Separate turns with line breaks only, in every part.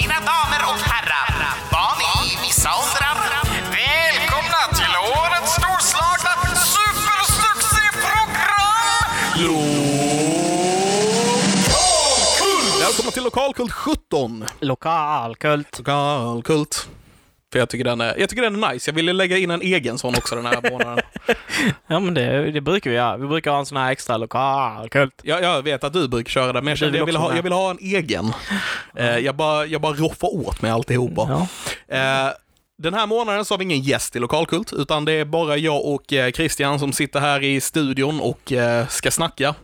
Mina damer och herrar, barn i vissa åldrar. Välkomna till årets storslagna supersuccéprogram!
Välkomna till Lokalkult 17!
Lokalkult.
Lokalkult. För jag tycker, den är, jag tycker den är nice. Jag ville lägga in en egen sån också den här månaden.
Ja men det, det brukar vi göra. Vi brukar ha en sån här extra lokalkult.
Jag, jag vet att du brukar köra den, men jag, kände,
vill
jag, vill,
också
ha,
med.
jag vill ha en egen. Eh, jag, bara, jag bara roffar åt mig alltihopa.
Ja.
Eh, den här månaden så har vi ingen gäst i Lokalkult, utan det är bara jag och eh, Christian som sitter här i studion och eh, ska snacka.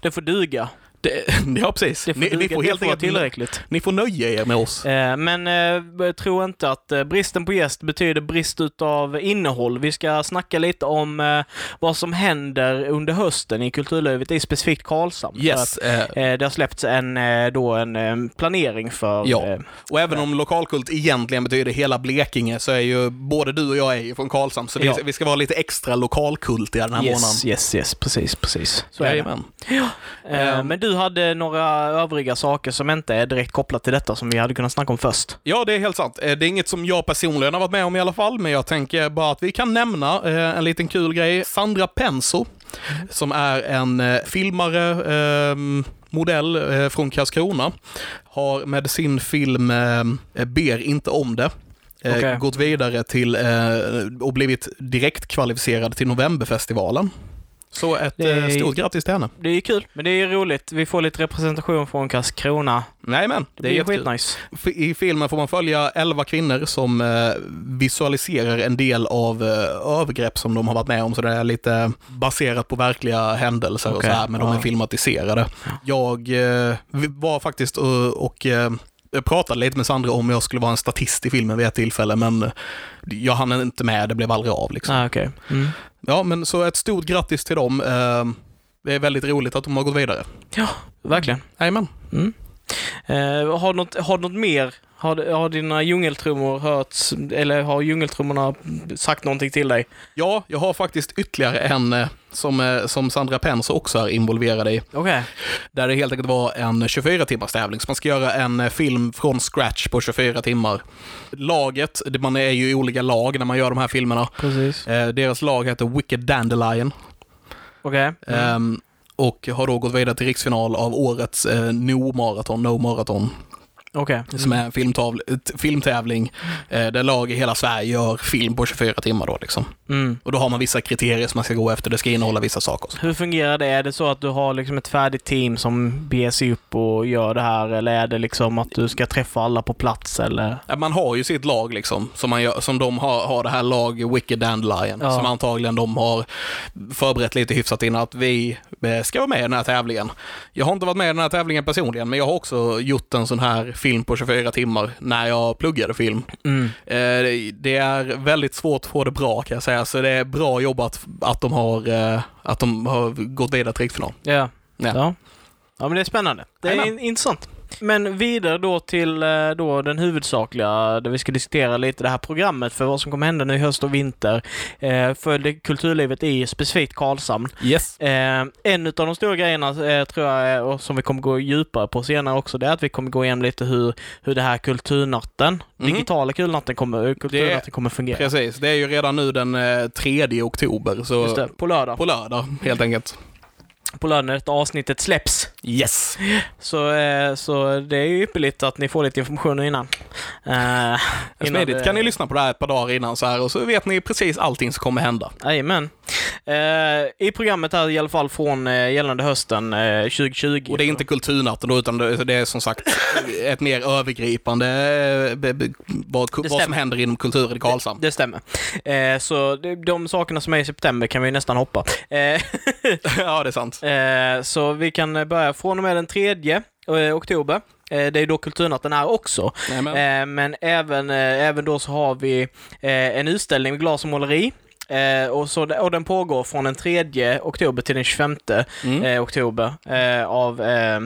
Det får duga.
Det, ja, precis.
Det får
ni,
duga.
ni får helt
det får vara
enkelt...
tillräckligt.
Ni får nöja er med oss.
Eh, Men eh, tro inte att eh, bristen på gäst betyder brist utav innehåll. Vi ska snacka lite om eh, vad som händer under hösten i kulturlivet i specifikt Karlshamn. För
Yes.
att,
Eh,
eh, Det har släppts en, eh, då en eh, planering för...
Ja,
eh,
och även om lokalkult egentligen betyder hela Blekinge så är ju både du och jag är ju från Karlshamn, så vi,
Ja.
vi ska vara lite extra lokalkult i den här månaden.
Yes, yes, yes, precis, precis. Så är det.
Jajamän.
Eh, Men du hade några övriga saker som inte är direkt kopplat till detta som vi hade kunnat snacka om först.
Ja, det är helt sant. Eh, Det är inget som jag personligen har varit med om i alla fall, men jag tänker bara att vi kan nämna eh, en liten kul grej. Sandra Penso, som är en eh, filmare, ehm, modell eh, från Karlskrona, har med sin film eh, Ber inte om det eh,
Okej.
gått vidare till eh, och blivit direkt kvalificerad till Novemberfestivalen. Så ett
Det är-
eh, stort grattis till henne.
Det är ju kul, men det är ju roligt. Vi får lite representation från Karlskrona.
Nej men,
Det,
det är
blir
jättekul.
skitnice.
F- I filmen får man följa 11 kvinnor som eh, visualiserar en del av eh, övergrepp som de har varit med om, så det är lite baserat på verkliga händelser och så
Okej,
här, men de är
ja.
filmatiserade. Jag eh, vi var faktiskt eh, och eh, jag pratade lite med Sandra om jag skulle vara en statist i filmen vid ett tillfälle, men eh, jag hann inte med, det blev aldrig av. Liksom.
Ah, okej. Mm.
Ja, men så ett stort grattis till dem. Eh, det är väldigt roligt att de har gått vidare.
Ja, verkligen.
Jajamän.
Mm. Eh, har, du något, har du något mer? Har, har dina djungeltrummor hörts, eller har djungeltrummorna sagt någonting till dig?
Ja, jag har faktiskt ytterligare en eh, som, eh, som Sandra Penser också är involverad i.
Okej.
Där det helt enkelt var en 24 timmars tävling. Så man ska göra en eh, film från scratch på 24 timmar. Laget, det- man är ju i olika lag när man gör de här filmerna.
Precis.
Eh, Deras lag heter Wicked Dandelion
Okej. Mm.
ehm, och har då gått vidare till riksfinal av årets eh, No Marathon, No Marathon,
Mm. Okej.
som är en filmtavl- ett filmtävling eh, där lag i hela Sverige gör film på 24 timmar då liksom.
Mm.
Och då har man vissa kriterier som man ska gå efter, det ska innehålla vissa saker.
Hur fungerar det? Är det så att du har liksom ett färdigt team som beger sig upp och gör det här eller är det liksom att du ska träffa alla på plats eller?
Ja, Man har ju sitt lag liksom, som, man gör, som de har, har det här lag Wicked Dandelion,
Ja.
som antagligen de har förberett lite hyfsat innan att vi eh, ska vara med i den här tävlingen. Jag har inte varit med i den här tävlingen personligen, men jag har också gjort en sån här film på 24 timmar när jag pluggade film. Eh, det- Det är väldigt svårt att få det bra kan jag säga, så det är bra jobbat att de har, eh, att de har gått vidare till riksfinal.
Ja.
Ja.
Ja. ja. men det är spännande. Det är
Jajamän.
in- intressant. Men vidare då till eh, då den huvudsakliga, där vi ska diskutera lite det här programmet för vad som kommer hända nu i höst och vinter. Eh, För det kulturlivet i specifikt Karlshamn.
Yes.
Eh, En av de stora grejerna eh, tror jag, är- och som vi kommer gå djupare på senare också, det är att vi kommer gå igenom lite hur, hur det här kulturnatten,
Mm.
digitala kulturnatten kommer, eh, kulturnatten kommer fungera.
Precis, det är ju redan nu den eh, 3 oktober,
Just
så
det, på lördag.
på lördag helt enkelt.
På lördag när detta avsnittet släpps.
Yes!
Så, eh, så det är ju ypperligt att ni får lite information innan. Eh, innan
Smidigt. Kan ni lyssna på det här ett par dagar innan så här och så vet ni precis allting som kommer hända.
Jajamän. Eh, I programmet här i alla fall från eh, gällande hösten eh, 2020.
Och det är inte kulturnatten då, utan det det är som sagt ett mer övergripande eh, be- be- vad,
Det
vad som
stämmer.
händer inom kulturen i Karlshamn.
Det stämmer. Eh, så de, de sakerna som är i september kan vi nästan hoppa. Eh,
ja, det är sant.
eh, så vi kan börja från och med den 3 eh, oktober. Eh, det är då kulturnatten är också.
Nej, men,
Eh, men även, eh, även då så har vi eh, en utställning med glas och måleri. Eh, och, så, och den pågår från den 3 oktober till den 25
Mm.
eh, oktober eh, av eh,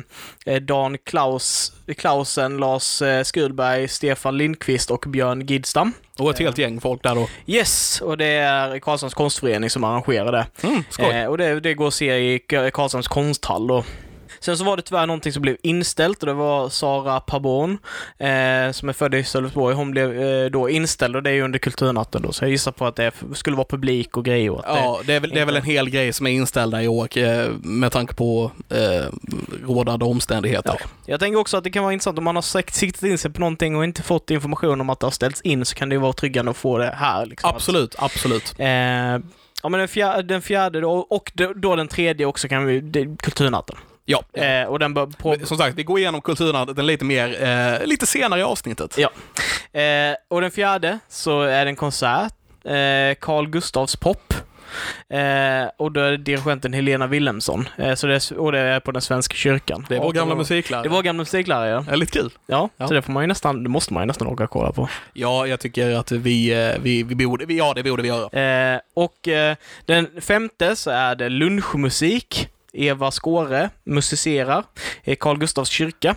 eh, Dan Klaus, Klausen, Lars eh, Skulberg, Stefan Lindqvist och Björn Gidstam.
och ett helt gäng folk där då.
Yes, och det är Karlshamns konstförening som arrangerar det.
Mm, skoj.
Eh, och det, det går att se i K- Karlshamns konsthall då. Sen så var det tyvärr någonting som blev inställt och det var Sara Pabon eh, som är född i Sölvesborg. Hon blev eh, då inställd och det är ju under Kulturnatten då, så jag gissar på att det f- skulle vara publik och grejer. Och att
Ja, det är, väl, det är väl en hel grej som är inställda i år eh, med tanke på eh, rådande omständigheter.
det, jag tänker också att det kan vara intressant om man har sikt- siktat in sig på någonting och inte fått information om att det har ställts in så kan det ju vara tryggande att få det här. Liksom, att-
Absolut, absolut.
Eh, ja, men den fjärde, den fjärde då, och då- då den tredje också kan vi, det, Kulturnatten.
Ja.
Eh, och den bör på,
Som sagt, vi går igenom kulturnatten lite mer, eh, lite senare i avsnittet.
Ja. Eh, och den fjärde så är det en konsert. Eh, Carl Gustavs pop. Eh, och då är det dirigenten Helena Wilhelmsson. Eh, så det är, och det är på den svenska kyrkan.
Det är vår gamla musiklärare.
Det var gamla musiklärare, ja.
Ja, lite kul.
ja.
Ja.
Så det, får man ju nästan, det måste man ju nästan åka och kolla på.
Ja, jag tycker att vi, eh, vi, vi borde, vi- ja det borde vi göra.
Eh, och eh, den femte så är det lunchmusik. Eva Skåre musicerar i Carl Gustavs kyrka.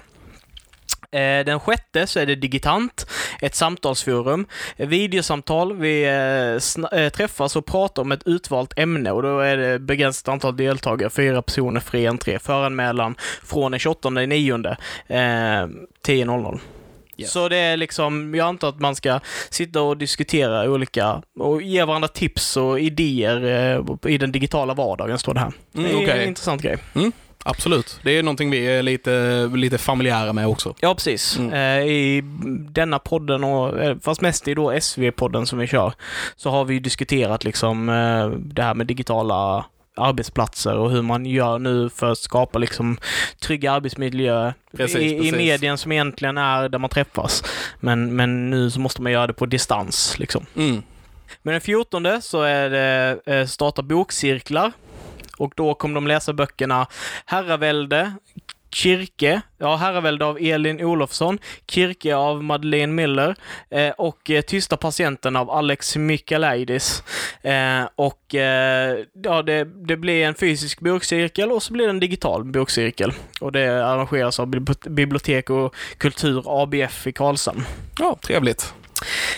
Eh, Den sjätte så är det Digitant, ett samtalsforum. Eh, Videosamtal, vi eh, sna- eh, träffas och pratar om ett utvalt ämne och då är det begränsat antal deltagare, fyra personer, fri entré, föranmälan från den 28 9 eh, 10.00.
Yes.
Så det är liksom, jag antar att man ska sitta och diskutera olika och ge varandra tips och idéer eh, i den digitala vardagen, står det här.
Mm,
det är
okej.
en intressant grej.
Absolut. Det är någonting vi är lite, lite familjära med också.
Ja, precis.
Mm.
Eh, I denna podden, och, eh, fast mest i då SV-podden som vi kör, så har vi ju diskuterat liksom, eh, det här med digitala arbetsplatser och hur man gör nu för att skapa liksom, trygga arbetsmiljö
Precis,
i, i
precis.
medien som egentligen är där man träffas. Men, men nu så måste man göra det på distans. Liksom.
Mm.
Men den 14 så är det eh, starta bokcirklar och då kommer de läsa böckerna Herravälde, Kirke, ja Herravälde av Elin Olofsson, Kirke av Madeleine Miller eh, och eh, Tysta patienten av Alex Michaelidis. Eh, och eh, ja, det, det blir en fysisk bokcirkel och så blir det en digital bokcirkel. Och det arrangeras av Bibli- Bibliotek och kultur ABF i Karlshamn.
Ja, trevligt.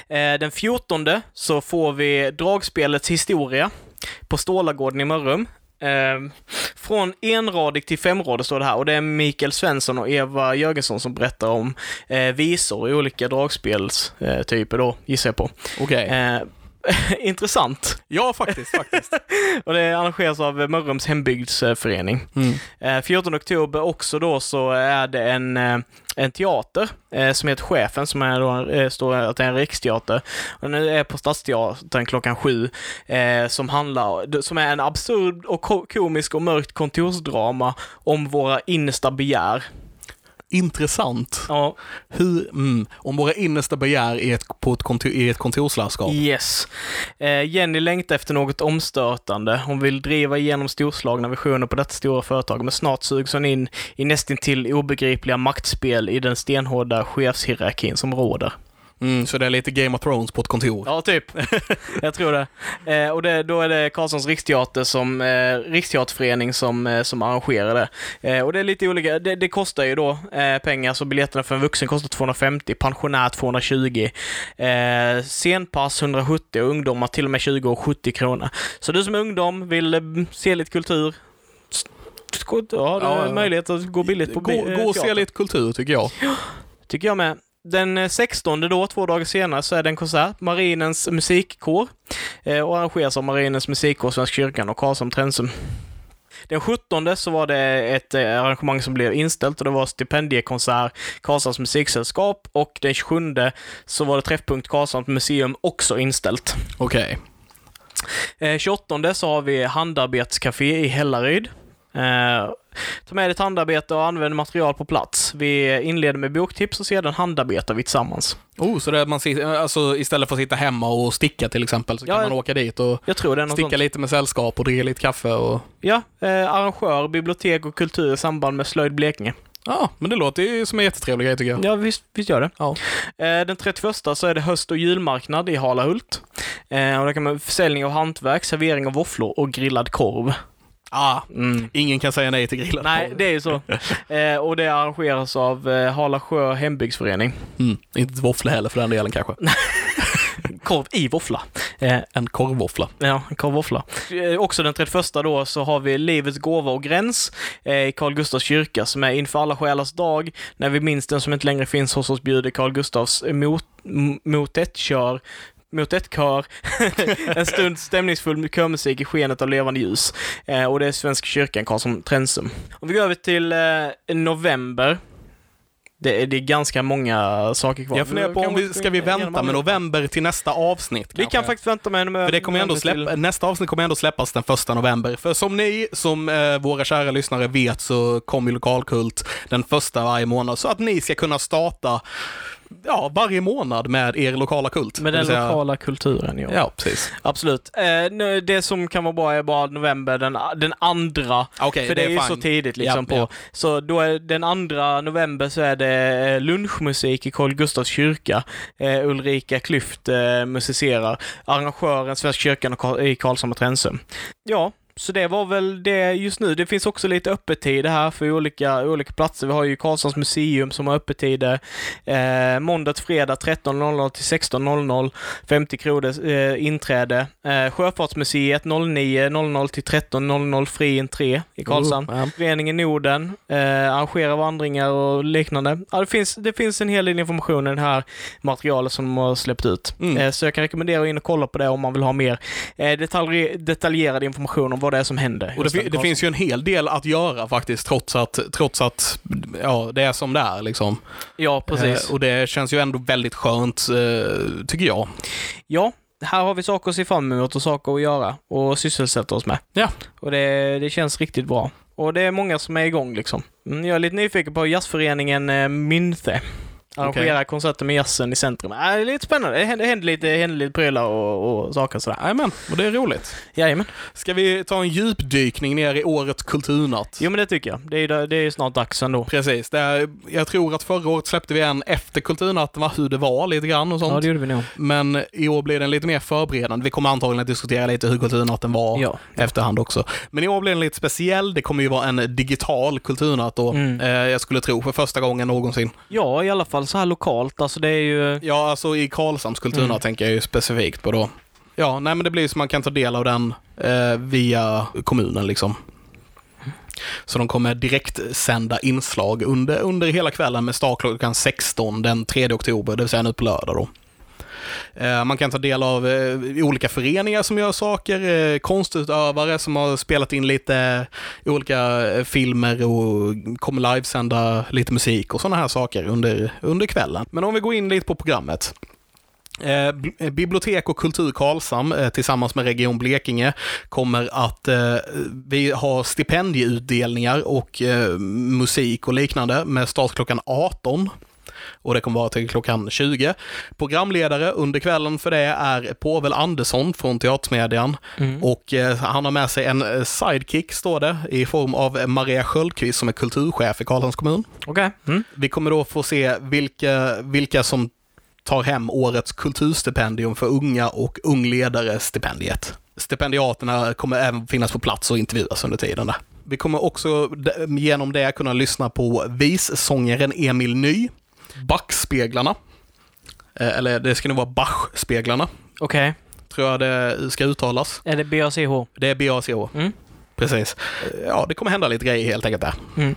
Eh, Den 14 så får vi dragspelets historia på Stålagården i Mörrum. Eh, Från enradig till femradig står det här och det är Mikael Svensson och Eva Jörgensson som berättar om eh, visor i olika dragspelstyper då, gissar jag på.
Okej.
Eh, Intressant.
Ja, faktiskt, faktiskt.
Och det arrangeras av Mörrums hembygdsförening.
Mm.
Eh, 14 oktober också då så är det en, eh, en teater eh, som heter Chefen som är då, en- eh, står att det är en riksteater. Och nu är på Stadsteatern klockan sju eh, som handlar, som är en absurd och ko- komisk och mörkt kontorsdrama om våra innersta begär.
Intressant.
Ja,
Hur, mm, om våra innersta begär i ett, på ett, kontor, i ett kontorslandskap.
yes. Eh, Jenny längtar efter något omstörtande. Hon vill driva igenom storslagna visioner på detta stora företag, men snart sugs hon in i nästintill obegripliga maktspel i den stenhårda chefshierarkin som råder.
Mm, så det är lite Game of Thrones på ett kontor.
Ja, typ. jag tror det. Eh, och det, då är det Karlssons riksteater som, eh, riksteaterförening som, eh, som arrangerar det. Eh, och det är lite olika, det, det kostar ju då eh, pengar, så biljetterna för en vuxen kostar 250, pensionär 220, eh, senpass 170 och ungdomar till och med 20 och 70 kronor. Så du som är ungdom vill eh, se lite kultur, s- ja, du har
Ja.
möjlighet att gå billigt på
gå,
bi- eh,
gå och se
teater.
lite kultur, tycker jag.
Tycker jag med. Den eh, 16 då, två dagar senare, så är det en konsert, Marinens musikkår, eh, och arrangeras av Marinens musikkår, Svenska kyrkan och Karlshamn Trensum. Den 17 så var det ett eh, arrangemang som blev inställt och det var stipendiekonsert, Karlshamns musiksällskap och den 27 så var det träffpunkt Karlshamns museum också inställt.
Okej.
Eh, 28 så har vi handarbetscafé i Hällaryd. Eh, ta med ditt handarbete och använd material på plats. Vi inleder med boktips och sedan handarbetar vi tillsammans.
Oh, så det är man, sit- alltså, istället för att sitta hemma och sticka till exempel, så
Ja,
kan man åka dit och
Jag tror det är något
sticka
sånt.
lite med sällskap och dricka lite kaffe och...
Ja, eh, arrangör, bibliotek och kultur i samband med Slöjd Blekinge.
Ja, men det låter ju som en jättetrevlig grej tycker jag.
Ja, visst, visst gör det.
Ja.
Eh, den 31 så är det höst och julmarknad i Halahult. Eh, och där kan man försäljning av hantverk, servering av våfflor och grillad korv.
Ah,
Mm.
ingen kan säga nej till grillen.
Nej, det är ju så. Eh, och det arrangeras av eh, Halasjö hembygdsförening.
Mm, inte till våfflor heller för den delen kanske.
korv i våffla. Eh,
En korvvåffla.
Ja, en korvvåffla. Eh, Också den 31 då så har vi Livets gåva och gräns eh, i Carl Gustavs kyrka som är inför alla själars dag. När vi minns den som inte längre finns hos oss bjuder Carl Gustavs eh, mot, m- mot ett kör mot ett kör, en stund stämningsfull körmusik i skenet av levande ljus. Eh, och det är Svenska kyrkan, Karlsson Trensum. Om vi går över till eh, november. Det är, det är ganska många saker kvar.
Jag funderar på om vi ska vi vänta med november till nästa avsnitt.
Vi kan
kanske?
faktiskt vänta med
För det kommer ju ändå släppa, nästa avsnitt kommer ändå släppas den första november. För som ni, som eh, våra kära lyssnare vet, så kommer ju Lokalkult den första varje månad. Så att ni ska kunna starta ja, varje månad med er lokala kult.
Med
Det
den
vill säga-
lokala kulturen, ja.
Ja, precis.
Absolut. Eh, nu, det som kan vara bra är bara november, den, den andra.
Okej,
för det,
det
är
är
ju
fine.
så tidigt liksom
Ja,
på.
ja.
Så då är den andra november så är det eh, lunchmusik i Carl Gustavs kyrka. Eh, Ulrika Klyft eh, musicerar. Arrangören Svenska kyrkan och Karl- i Karlshamn och Trensum. Ja, så det var väl det just nu. Det finns också lite öppettider här för olika, olika platser. Vi har ju Karlshamns museum som har öppettider eh, måndag till fredag 13.00 till 16.00. 50 kronor eh, inträde. Eh, Sjöfartsmuseet 09.00 till 13.00 fri entré i Karlshamn.
Oh, ja.
Föreningen Norden eh, arrangerar vandringar och liknande. Ja, det, finns, det finns en hel del information i det här materialet som de har släppt ut.
Mm.
Eh, så jag kan rekommendera att in och kolla på det om man vill ha mer eh, detalj, detaljerad information om vad det är som händer.
Och det,
Just
fi-
den
det
konst-
finns ju en hel del att göra faktiskt, trots att, trots att ja, det är som det är. Liksom.
Ja, precis.
Eh, och det känns ju ändå väldigt skönt, eh, tycker jag.
Ja, här har vi saker att se fram emot och saker att göra och sysselsätta oss med.
Ja.
Och det, det känns riktigt bra. Och det är många som är igång liksom. Mm, Jag är lite nyfiken på jazzföreningen eh, Mynthe. Arrangerar konserter med jazzen i centrum. Äh, det är lite spännande. Det händer, händer, lite, det händer lite prylar och, och saker sådär.
Jajamän, och det är roligt.
Jajamän.
Ska vi ta en djupdykning ner i årets kulturnatt?
Jo men det tycker jag. Det är, ju- det är ju snart dags ändå.
Precis. Det är, jag tror att förra året släppte vi en efter kulturnatten, va? hur det var lite grann och sånt.
gjorde vi nog.
Men i år blir den lite mer förberedande. Vi kommer antagligen att diskutera lite hur kulturnatten var
Ja.
efterhand också. Men i år blir den lite speciell. Det kommer ju vara en digital kulturnatt då,
Mm.
eh, jag skulle tro, för första gången någonsin.
Ja, i alla fall så här lokalt. Alltså det är ju...
Ja, alltså i Karlshamns kulturnatt
Mm.
tänker jag ju specifikt på då. Ja, nej men det blir ju så man kan ta del av den eh, via kommunen liksom. Så de kommer direkt sända inslag under, under hela kvällen med start klockan 16 den 3 oktober, det vill säga nu på lördag då. Eh, Man kan ta del av eh, olika föreningar som gör saker, eh, konstutövare som har spelat in lite olika eh, filmer och kommer livesända lite musik och sådana här saker under, under kvällen. Men om vi går in lite på programmet. Eh, bi- eh, Bibliotek och kultur Karlshamn eh, tillsammans med Region Blekinge kommer att eh, vi har stipendieutdelningar och eh, musik och liknande med start klockan 18 och det kommer vara till klockan 20. Programledare under kvällen för det är Povel Andersson från Teatermedian och eh, han har med sig en eh, sidekick, står det, i form av Maria Sköldqvist som är kulturchef i Karlshamns kommun.
Okej. Mm.
Vi kommer då få se vilka, vilka som tar hem årets kulturstipendium för unga och ung ledare-stipendiet. Stipendiaterna kommer även finnas på plats och intervjuas under tiden. Där. Vi kommer också d- genom det kunna lyssna på vissångaren Emil Ny, Bachspeglarna, Eh, eller det ska nog vara Bachspeglarna,
Okej.
tror jag det ska uttalas.
Är det BACH?
Det är BACH.
Mm.
Precis. Eh, Ja, det kommer hända lite grejer helt enkelt där.
Mm.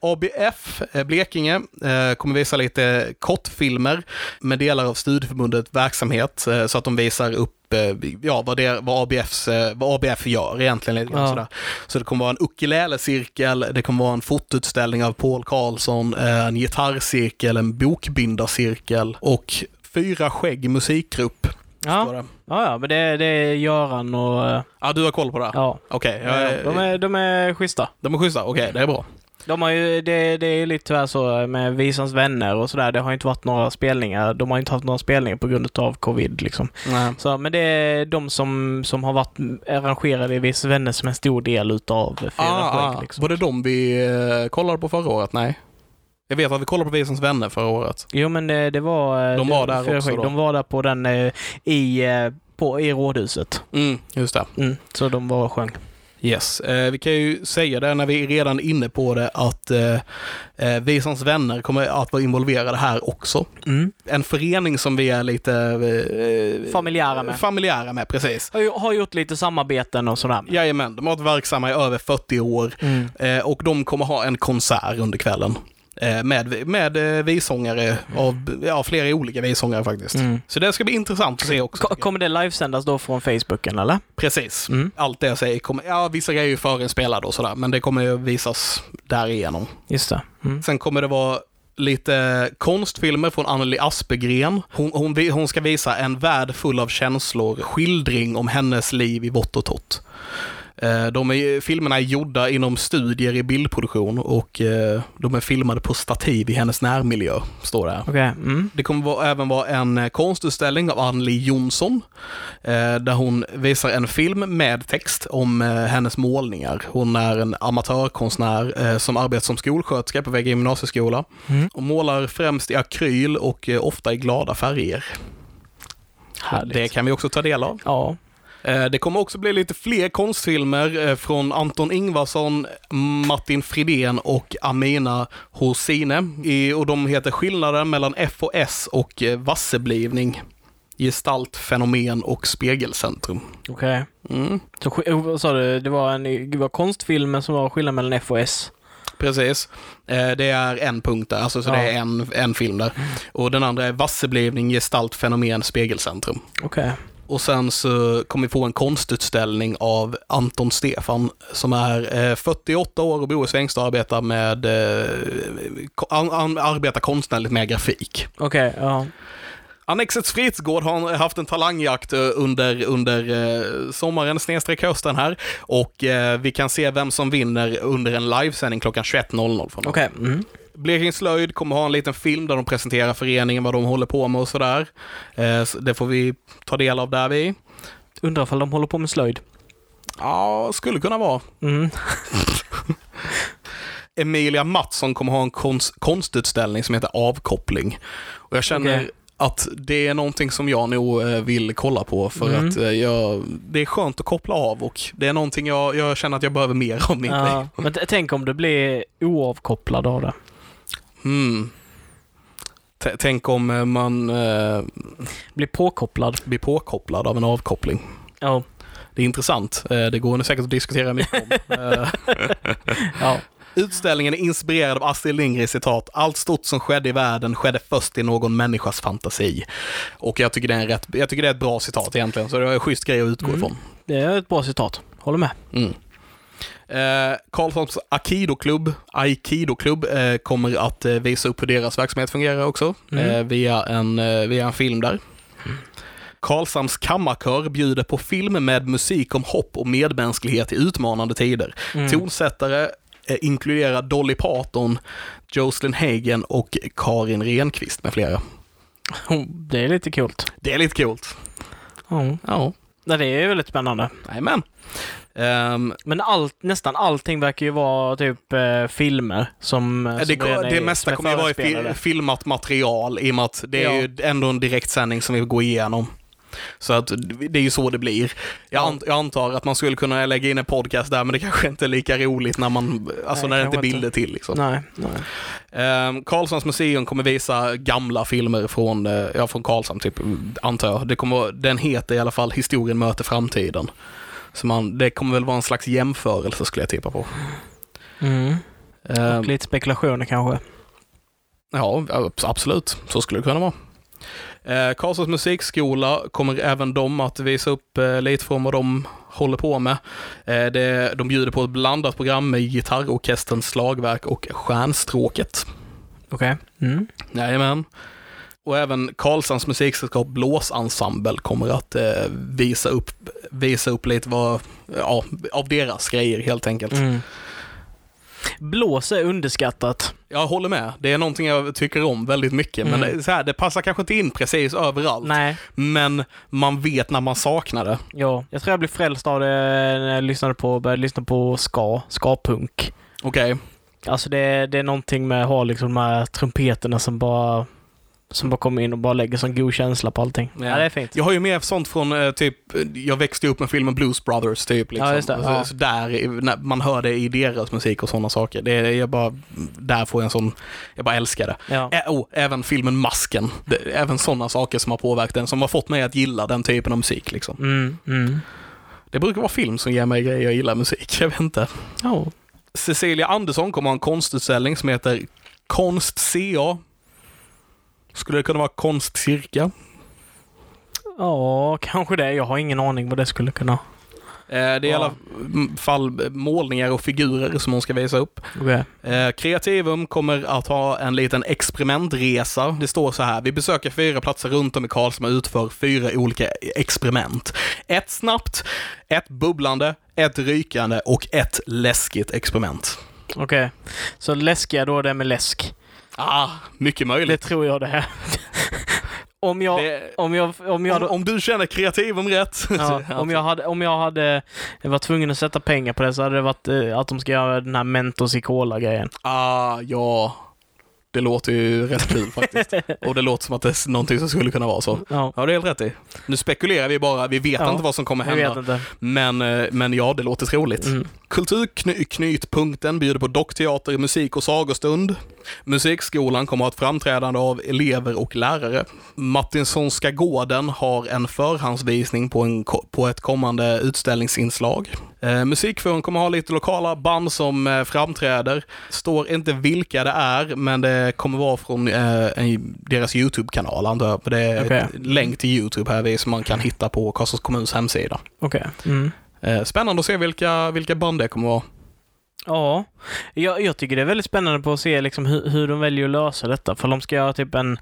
ABF eh, Blekinge eh, kommer visa lite kortfilmer med delar av studieförbundet verksamhet eh, så att de visar upp eh, ja, vad, det, vad, ABFs, eh, vad ABF gör egentligen. Lite
Ja.
grann sådär. Så det kommer vara en ukulele-cirkel, det kommer vara en fotoutställning av Paul Karlsson, eh, en gitarrcirkel, en bokbindarcirkel och Fyra skägg musikgrupp.
Ja.
står det.
Ja, ja, men det, det är Göran och... eh,
Ja, du har koll på det?
Ja.
Okej, jag-
Eh, De är, de är schyssta.
de är schyssta. Okej, det är bra.
De har ju, det, det är ju lite tyvärr så eh, med Visans vänner och sådär. Det har ju inte varit några spelningar. De har ju inte haft några spelningar på grund av covid liksom.
Nej.
Så, men det är de som, som har varit arrangerade i Visans vänner som är en stor del utav Fyra
Ah,
Skägg.
ah.
Liksom.
Var det de vi eh, kollade på förra året? Nej. Jag vet att vi kollade på Visens vänner förra året.
Jo men det, det var... eh,
De var
det-
där
Fyra
också
Skägg.
då.
De var där på den eh, i, eh, på, i rådhuset.
Mm, just det.
Mm, så de var och sjöng.
Yes. Eh, vi kan ju säga det när vi är redan inne på det att eh, eh, vi som vänner kommer att vara involverade här också.
Mm.
En förening som vi är lite eh,
Familjära med.
familjära med, precis.
Har, ju- har gjort lite samarbeten och sådär. med.
Jajamän, de har varit verksamma i över 40 år
Mm.
eh, och de kommer ha en konsert under kvällen. eh, Med, med eh, visångare, av, ja, flera olika visångare faktiskt.
Mm.
Så det ska bli intressant att se också.
Ko- Kommer det livesändas då från Facebooken eller?
Precis.
Mm.
Allt det jag säger kommer, ja vissa grejer är ju förinspelade och sådär, men det kommer ju visas därigenom.
Just det. Mm.
Sen kommer det vara lite konstfilmer från Anneli Aspegren. Hon, hon, vi- hon ska visa en värld full av känslor, skildring om hennes liv i vått och torrt. Eh, De är, filmerna är gjorda inom studier i bildproduktion och eh, de är filmade på stativ i hennes närmiljö, står det här.
Okej. Mm.
Det kommer vara, även vara en eh, konstutställning av Anneli Jonsson eh, där hon visar en film med text om eh, hennes målningar. Hon är en amatörkonstnär eh, som arbetar som skolsköterska på väg i gymnasieskola
Mm.
och målar främst i akryl och eh, ofta i glada färger.
Härligt.
Det kan vi också ta del av.
Ja.
Eh, Det kommer också bli lite fler konstfilmer eh, från Anton Ingvarsson, Martin Fridén och Amina Horsine. I- Och de heter Skillnaden mellan FOS och eh, vasseblivning, gestalt, fenomen och spegelcentrum.
Okej.
Mm,
Så sk- oh, vad sa du, det var, en, det var konstfilmen som var skillnaden mellan F och S.
precis. Eh, Det är en punkt där, alltså så det
Ja.
är en, en film där. Och den andra är vasseblivning, gestalt, fenomen, spegelcentrum.
Okej.
Och sen så kommer vi få en konstutställning av Anton Stefan som är eh, 48 år och bor i Svängsta och arbetar, med, eh, ko- an, an, arbetar konstnärligt med grafik.
Okej, ja.
Annexets Fritidsgård har haft en talangjakt eh, under, under eh, sommaren snedstreck hösten här och eh, vi kan se vem som vinner under en livesändning klockan 21.00 från
Okej. Mm.
Blekinge slöjd kommer ha en liten film där de presenterar föreningen, vad de håller på med och sådär. Eh, så det får vi ta del av där vi.
Undrar ifall de håller på med slöjd.
Ja, skulle kunna vara.
Mm.
Emilia Mattsson kommer ha en konst, konstutställning som heter Avkoppling. Och jag känner
Okej.
att det är någonting som jag nog eh, vill kolla på för
Mm.
att eh, jag, det är skönt att koppla av och det är någonting jag, jag känner att jag behöver mer av mitt liv.
Ja. Men t- tänk om du blir oavkopplad av det.
Mm. T- Tänk om eh, man eh,
Blir påkopplad.
blir påkopplad av en avkoppling.
Ja.
Det är intressant. Eh, Det går nog säkert att diskutera mycket om. Eh,
ja.
Utställningen är inspirerad av Astrid Lindgrens citat “Allt stort som skedde i världen skedde först i någon människas fantasi”. Och jag tycker det är, en rätt, jag tycker det är ett bra citat egentligen, så det är en schysst grej att utgå
Mm.
ifrån.
Det är ett bra citat. Håller med.
Mm. Eh, Karlssons Aikido-klubb Aikido -klubb, eh, kommer att eh, visa upp hur deras verksamhet fungerar också,
Mm.
eh, via, en, eh, via en film där. Karlshamns kammarkör bjuder på film med musik om hopp och medmänsklighet i utmanande tider. Tonsättare eh, inkluderar Dolly Parton, Jocelyn Hagen och Karin Renqvist med flera.
Det är lite kul.
Det är lite coolt.
Ja.
Ja,
Nej, Det är väldigt spännande.
jajamän. Ehm,
Men allt, nästan allting verkar ju vara typ eh, filmer som... eh,
Ja, det,
som redan
det,
är- som
mesta
är
kommer ju vara i
förespelade.
fi- filmat material i och med att det är
Ja.
ju ändå en direktsändning som vi går igenom. Så att det är ju så det blir. Jag,
Ja.
an- jag antar att man skulle kunna lägga in en podcast där, men det kanske inte är lika roligt när man, alltså
Nej,
när det inte är
kanske
bilder till liksom.
Nej. Nej.
Ehm, Karlssons museum kommer visa gamla filmer från, eh, ja från Karlshamn typ, antar jag. Det kommer, vara- den heter i alla fall Historien möter framtiden. Så man, det kommer väl vara en slags jämförelse skulle jag tippa på.
Mm.
Ehm,
Och lite spekulationer kanske.
Ja, abs- absolut. Så skulle det kunna vara. Eh, Karlstads musikskola kommer även de att visa upp eh, lite från vad de håller på med. Eh, det, de bjuder på ett blandat program med gitarrorkestern Slagverk och Stjärnstråket.
Okej. Mm.
Jajamän. Och även Karlshamns musiksällskap Blåsensemble kommer att eh, visa, upp, visa upp lite vad, ja, av deras grejer helt enkelt.
Mm. Blås är underskattat.
Jag håller med. Det är någonting jag tycker om väldigt mycket, men
Mm.
det, så här, det passar kanske inte in precis överallt.
Nej,
men man vet när man saknar det.
ja. Jag tror jag blev frälst av det när jag lyssnade på, började lyssna på ska, ska-punk.
Okej.
Alltså det, är- det är någonting med att ha liksom de här trumpeterna som bara Som bara kommer in och bara lägger sån god känsla på allting. Ja, det är fint.
Jag har ju mer sånt från eh, typ, jag växte upp med filmen Blues Brothers typ. Liksom.
Ja, just det.
Så,
Ja.
så där, när man hör det i deras musik och sådana saker. Det, är- jag bara, där får jag en sån, jag bara älskar det.
Ja.
Ä- oh, även filmen Masken. Det, även sådana saker som har påverkat den, som har fått mig att gilla den typen av musik. Liksom.
Mm, mm.
Det brukar vara film som ger mig grejer jag gillar musik, jag vet inte.
Ja.
Cecilia Andersson kommer ha en konstutställning som heter Konst CA. Skulle det kunna vara konstcirka?
ja, kanske det. Jag har ingen aning vad det skulle kunna...
Eh, Det är i
Ja.
alla fall målningar och figurer som hon ska visa upp.
Okej.
Eh, Kreativum kommer att ha en liten experimentresa. Det står så här, vi besöker fyra platser runt om i Karlshamn och utför fyra olika experiment. Ett snabbt, ett bubblande, ett rykande och ett läskigt experiment.
Okej. Så läskiga då, det med läsk.
Ah, mycket
Det
möjligt.
tror jag det är. om jag...
Det-
Om jag... Om jag...
Om, om du känner Kreativum rätt. Alltså,
Ja, om, jag hade, om jag hade varit tvungen att sätta pengar på det så hade det varit eh, att de ska göra den här Mentos i Cola-grejen.
Ah, ja. Det låter ju rätt kul faktiskt. Och det låter som att det är någonting som skulle kunna vara så.
Ja,
Ja, det är helt rätt i. Nu spekulerar vi bara, vi vet
Ja,
inte vad som kommer
jag
hända.
vet inte.
Men, eh, men ja, det låter troligt.
Mm.
Kulturknytpunkten bjuder på dockteater, musik och sagostund. Musikskolan kommer att ha ett framträdande av elever och lärare. Martinsonska gården har en förhandsvisning på, en, ko- på ett kommande utställningsinslag. Eh, Musikforum kommer ha lite lokala band som eh, framträder. Står inte vilka det är, men det kommer vara från eh, en, deras YouTube-kanal antar jag. För Det är
Okej.
ett länk till YouTube här vi som man kan hitta på Karlstads kommuns hemsida.
Okej. Mm.
Eh, Spännande att se vilka, vilka band det kommer vara.
Ja, jag, jag tycker det är väldigt spännande på att se liksom hur, hur de väljer att lösa detta. För de ska göra typ en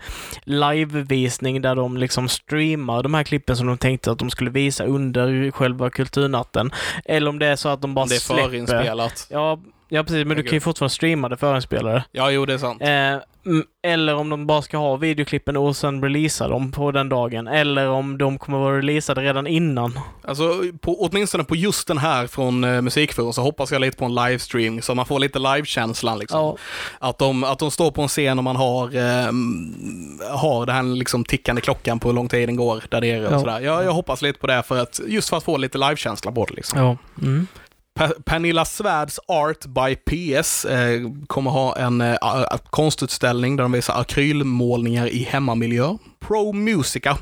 livevisning där de liksom streamar de här klippen som de tänkte att de skulle visa under själva kulturnatten. Eller om det är så att de bara
Om det är
släpper.
förinspelat.
Ja, ja, precis. Men du kan ju fortfarande streama det förinspelade.
Ja, jo, det är sant.
Eh, mm, eller om de bara ska ha videoklippen och sen releasa dem på den dagen. Eller om de kommer vara releasade redan innan.
Alltså, på, åtminstone på just den här från eh, Musikforum så hoppas jag lite på en livestream så man får lite livekänslan. Liksom.
Ja.
Att, de, att de står på en scen och man har, eh, mm, har den här liksom tickande klockan på hur lång tid den går där nere. Och
Ja.
sådär. Jag, jag hoppas lite på det för att, just för att få lite livekänsla på det. Liksom.
Ja. Mm.
Per- Pernilla Svärds Art by PS eh, kommer ha en eh, a- konstutställning där de visar akrylmålningar i hemmamiljö. Pro Musica,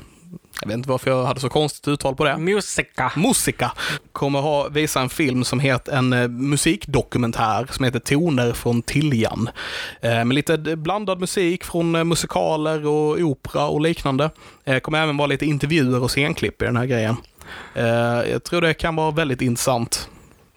jag vet inte varför jag hade så konstigt uttal på det.
Musica.
Musica kommer ha, visa en film som heter en eh, musikdokumentär som heter Toner från Tiljan. Eh, med lite d- blandad musik från eh, musikaler och opera och liknande. Eh, kommer även vara lite intervjuer och scenklipp i den här grejen. Eh, jag tror det kan vara väldigt intressant.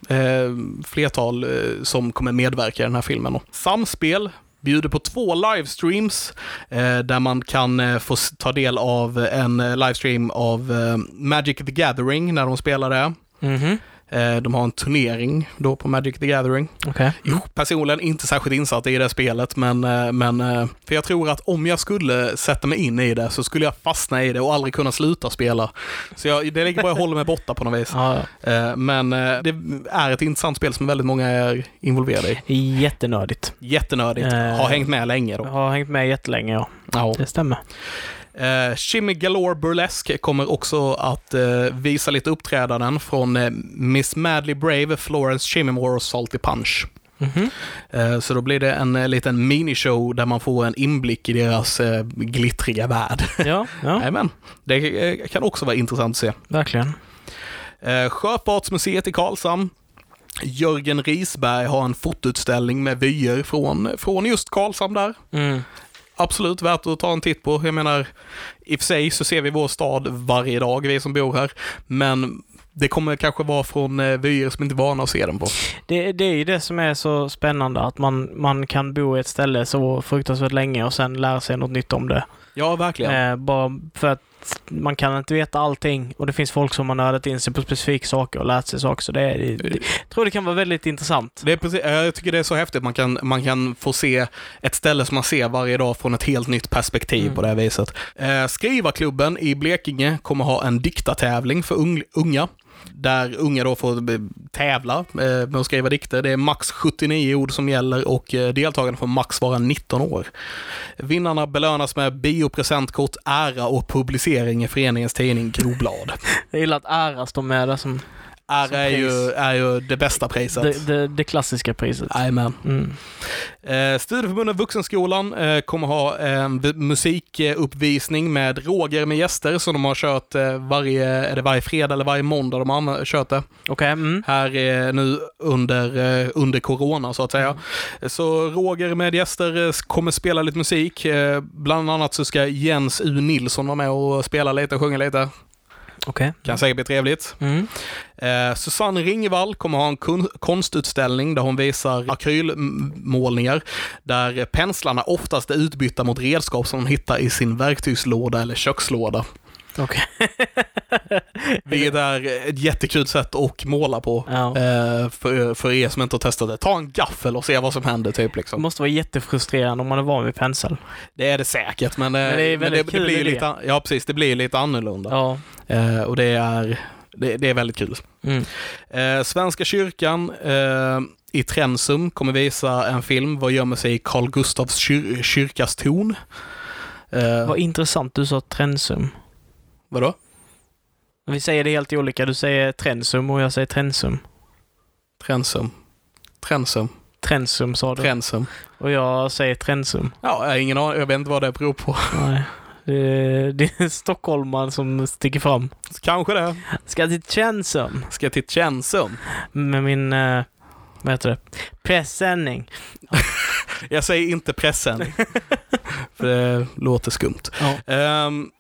Eh, flertal eh, som kommer medverka i den här filmen. då. Samspel bjuder på två livestreams eh, där man kan eh, få s- ta del av en eh, livestream av eh, Magic the Gathering när de spelar det.
Mhm.
Eh, de har en turnering då på Magic the Gathering.
Okej.
Jo, personligen inte särskilt insatt i det spelet, men, eh, men eh, för jag tror att om jag skulle sätta mig in i det så skulle jag fastna i det och aldrig kunna sluta spela. Så jag, det ligger bara jag håller mig borta på något vis.
Ja, ja.
Eh, Men eh, det är ett intressant spel som väldigt många är involverade i.
Jättenördigt.
Jättenördigt.
Eh.
Har hängt med länge
Jag
då.
har hängt med jättelänge, ja.
Ja.
Det stämmer.
Eh, Shimmy Galore Burlesque kommer också att eh, visa lite uppträdanden från eh, Miss Madly Brave, Florence Chimimore och Salty Punch.
Mhm.
Eh, Så då blir det en eh, liten minishow där man får en inblick i deras eh, glittriga värld.
Ja, ja
Jajamän. Det eh, kan också vara intressant att se.
verkligen.
Eh, Sjöfartsmuseet i Karlshamn. Jörgen Risberg har en fotoutställning med vyer från, från just Karlshamn där.
Mm.
Absolut värt att ta en titt på. Jag menar, i och för sig så ser vi vår stad varje dag, vi som bor här. Men det kommer kanske vara från eh, vyer som inte är vana att se den på.
Det, det är ju det som är så spännande, att man, man kan bo i ett ställe så fruktansvärt länge och sen lära sig något nytt om det.
Ja, verkligen.
Eh, bara för att man kan inte veta allting och det finns folk som har nördat in sig på specifika saker och lärt sig saker. Så det, är- det, det jag tror det kan vara väldigt intressant.
Det är precis, eh, jag tycker det är så häftigt. Man kan, man kan få se ett ställe som man ser varje dag från ett helt nytt perspektiv
Mm.
på det här viset. Eh, Skrivarklubben i Blekinge kommer ha en diktatävling för ung, unga. Där unga då får eh, tävla eh, med att skriva dikter. Det är max 79 ord som gäller och eh, deltagarna får max vara 19 år. Vinnarna belönas med biopresentkort, ära och publicering i föreningens tidning Groblad.
Jag gillar att ära står med där som
Ära
Som
är ju,
pris.
är ju det bästa priset.
det, det, det klassiska priset.
Jajamän.
Mm.
Eh, Studieförbundet Vuxenskolan eh, kommer ha en v- musikuppvisning med Roger med gäster som de har kört eh, varje, är det varje fredag eller varje måndag de har anv- kört det.
Okej, mm.
Här eh, nu under, eh, under corona så att säga. Så Roger med gäster eh, s- kommer spela lite musik. Eh, bland annat så ska Jens U Nilsson vara med och spela lite och sjunga lite.
Okej.
Kan säkert bli trevligt.
Mm.
Eh, Susanne Ringvall kommer ha en kun- konstutställning där hon visar akrylmålningar där penslarna oftast är utbytta mot redskap som hon hittar i sin verktygslåda eller kökslåda.
Okej.
Vilket är ett jättekul sätt att måla på.
Ja.
Eh, för, för er som inte har testat det. Ta en gaffel och se vad som händer typ
Det
liksom.
måste vara jättefrustrerande om man är van vid pensel.
Det är det säkert men, eh,
Men det är väldigt kul
blir ju
idé.
lite, an- Ja precis, det blir lite annorlunda.
Ja.
Eh, och det är, det, det är väldigt kul.
Mm.
Eh, Svenska kyrkan eh, i Trensum kommer visa en film, Vad gömmer sig i Carl Gustavs kyr- kyrkas torn? Eh,
Vad intressant, du sa Trensum.
vadå?
Vi säger det helt olika. Du säger Trensum och jag säger Trensum.
Trensum. Trensum.
Trensum sa du.
Trensum.
och jag säger Trensum.
Ja, jag har ingen aning. Jag vet inte vad det beror på.
Nej. Det är, det är stockholmaren som sticker fram.
Kanske det.
Ska till Trensum
Ska till Trensum.
med min, eh, vad heter det, pressändning.
Jag säger inte pressen. För det låter skumt.
Ja.
Ehm,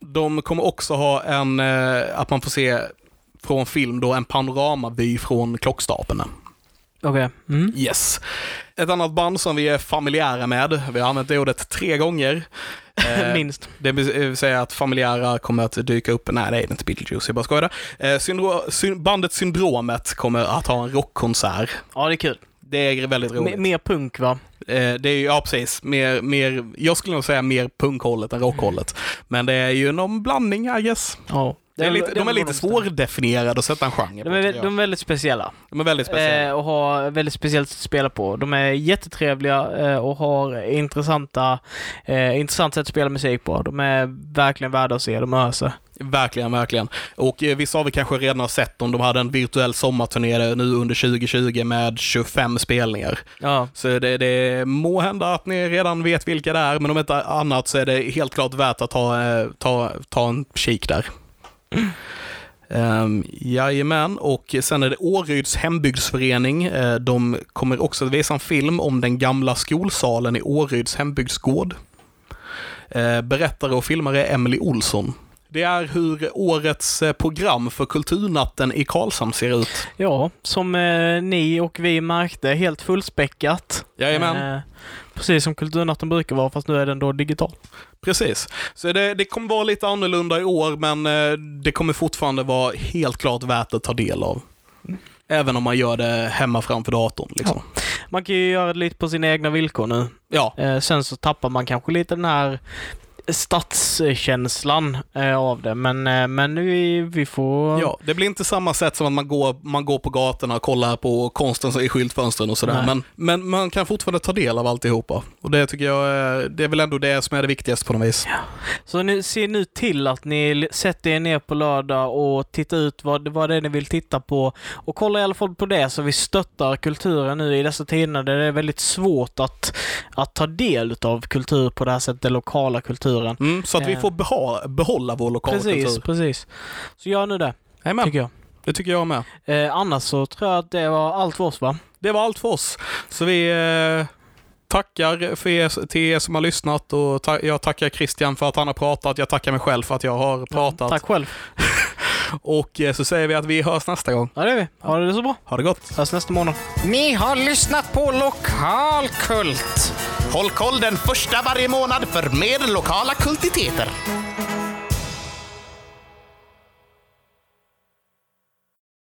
de kommer också ha en, eh, att man får se från film då, en panoramavy från klockstapeln.
Okej. Mm.
Yes. Ett annat band som vi är familjära med, vi har använt det ordet tre gånger. Eh,
Minst.
det vill säga att familjära kommer att dyka upp, nej det är inte Beetlejuice, jag bara skojar. Eh, syndro- syn- bandet Syndromet kommer att ha en rockkonsert.
Ja, det är kul.
Det är väldigt roligt.
Me- mer punk va?
Eh, det är ju, ja precis, mer, mer, jag skulle nog säga mer punkhållet än rockhållet. Men det är ju någon blandning, I guess.
Ja.
Det är lite, de är lite svårdefinierade att sätta en genre på,
De är,
tycker
vä-
jag.
de är väldigt speciella.
de är väldigt speciella.
Eh, och har väldigt speciellt att spela på. De är jättetrevliga eh, och har intressanta, eh, intressant sätt att spela musik på. De är verkligen värda att se, de öser.
Verkligen, verkligen. Och eh, vissa av er kanske redan har sett om de hade en virtuell sommarturné nu under 2020 med 25 spelningar.
Ja.
Så det, det må hända att ni redan vet vilka det är, men om inte annat så är det helt klart värt att ta, eh, ta, ta en kik där. Um, jajamän, och sen är det Åryds hembygdsförening. Eh, De kommer också att visa en film om den gamla skolsalen i Åryds hembygdsgård. Eh, Berättare och filmare är Emily Olsson. Det är hur årets eh, program för Kulturnatten i Karlshamn ser ut.
ja, som eh, ni och vi märkte, helt fullspäckat.
Jajamän.
Eh, precis som Kulturnatten brukar vara, fast nu är den då digital.
Precis. Så det, det kommer vara lite annorlunda i år, men eh, det kommer fortfarande vara helt klart värt att ta del av. Även om man gör det hemma framför datorn. Liksom. Ja.
Man kan ju göra det lite på sina egna villkor nu. Eh, sen så tappar man kanske lite den här stadskänslan eh, av det, men, eh, men vi, vi får...
Ja, det blir inte samma sätt som att man går, man går på gatorna och kollar på konsten i skyltfönstren och sådär.
Nej.
Men, men man kan fortfarande ta del av alltihopa. Och det tycker jag är, det är väl ändå det som är det viktigaste på något vis.
Så nu, se nu till att ni l- sätter er ner på lördag och tittar ut vad, vad det är ni vill titta på. Och kolla i alla fall på det så vi stöttar kulturen nu i dessa tider när det är väldigt svårt att, att ta del av kultur på det här sättet, den lokala kulturen.
Mm, så att vi
Eh.
får beha, behålla vår lokala
Precis,
kultur.
precis. Så gör nu det,
Jajamän,
tycker jag.
det tycker jag med.
Eh, annars så tror jag att det var allt för oss va?
Det var allt för oss. Så vi eh, tackar för er, till er som har lyssnat och ta- jag tackar Christian för att han har pratat. Jag tackar mig själv för att jag har pratat.
Tack själv.
och eh, så säger vi att vi hörs nästa gång.
Ja det är vi. Ha det så bra.
Ha det gott!
Hörs nästa månad.
Ni har lyssnat på Lokalkult. Håll koll den första varje månad för mer lokala kultiteter.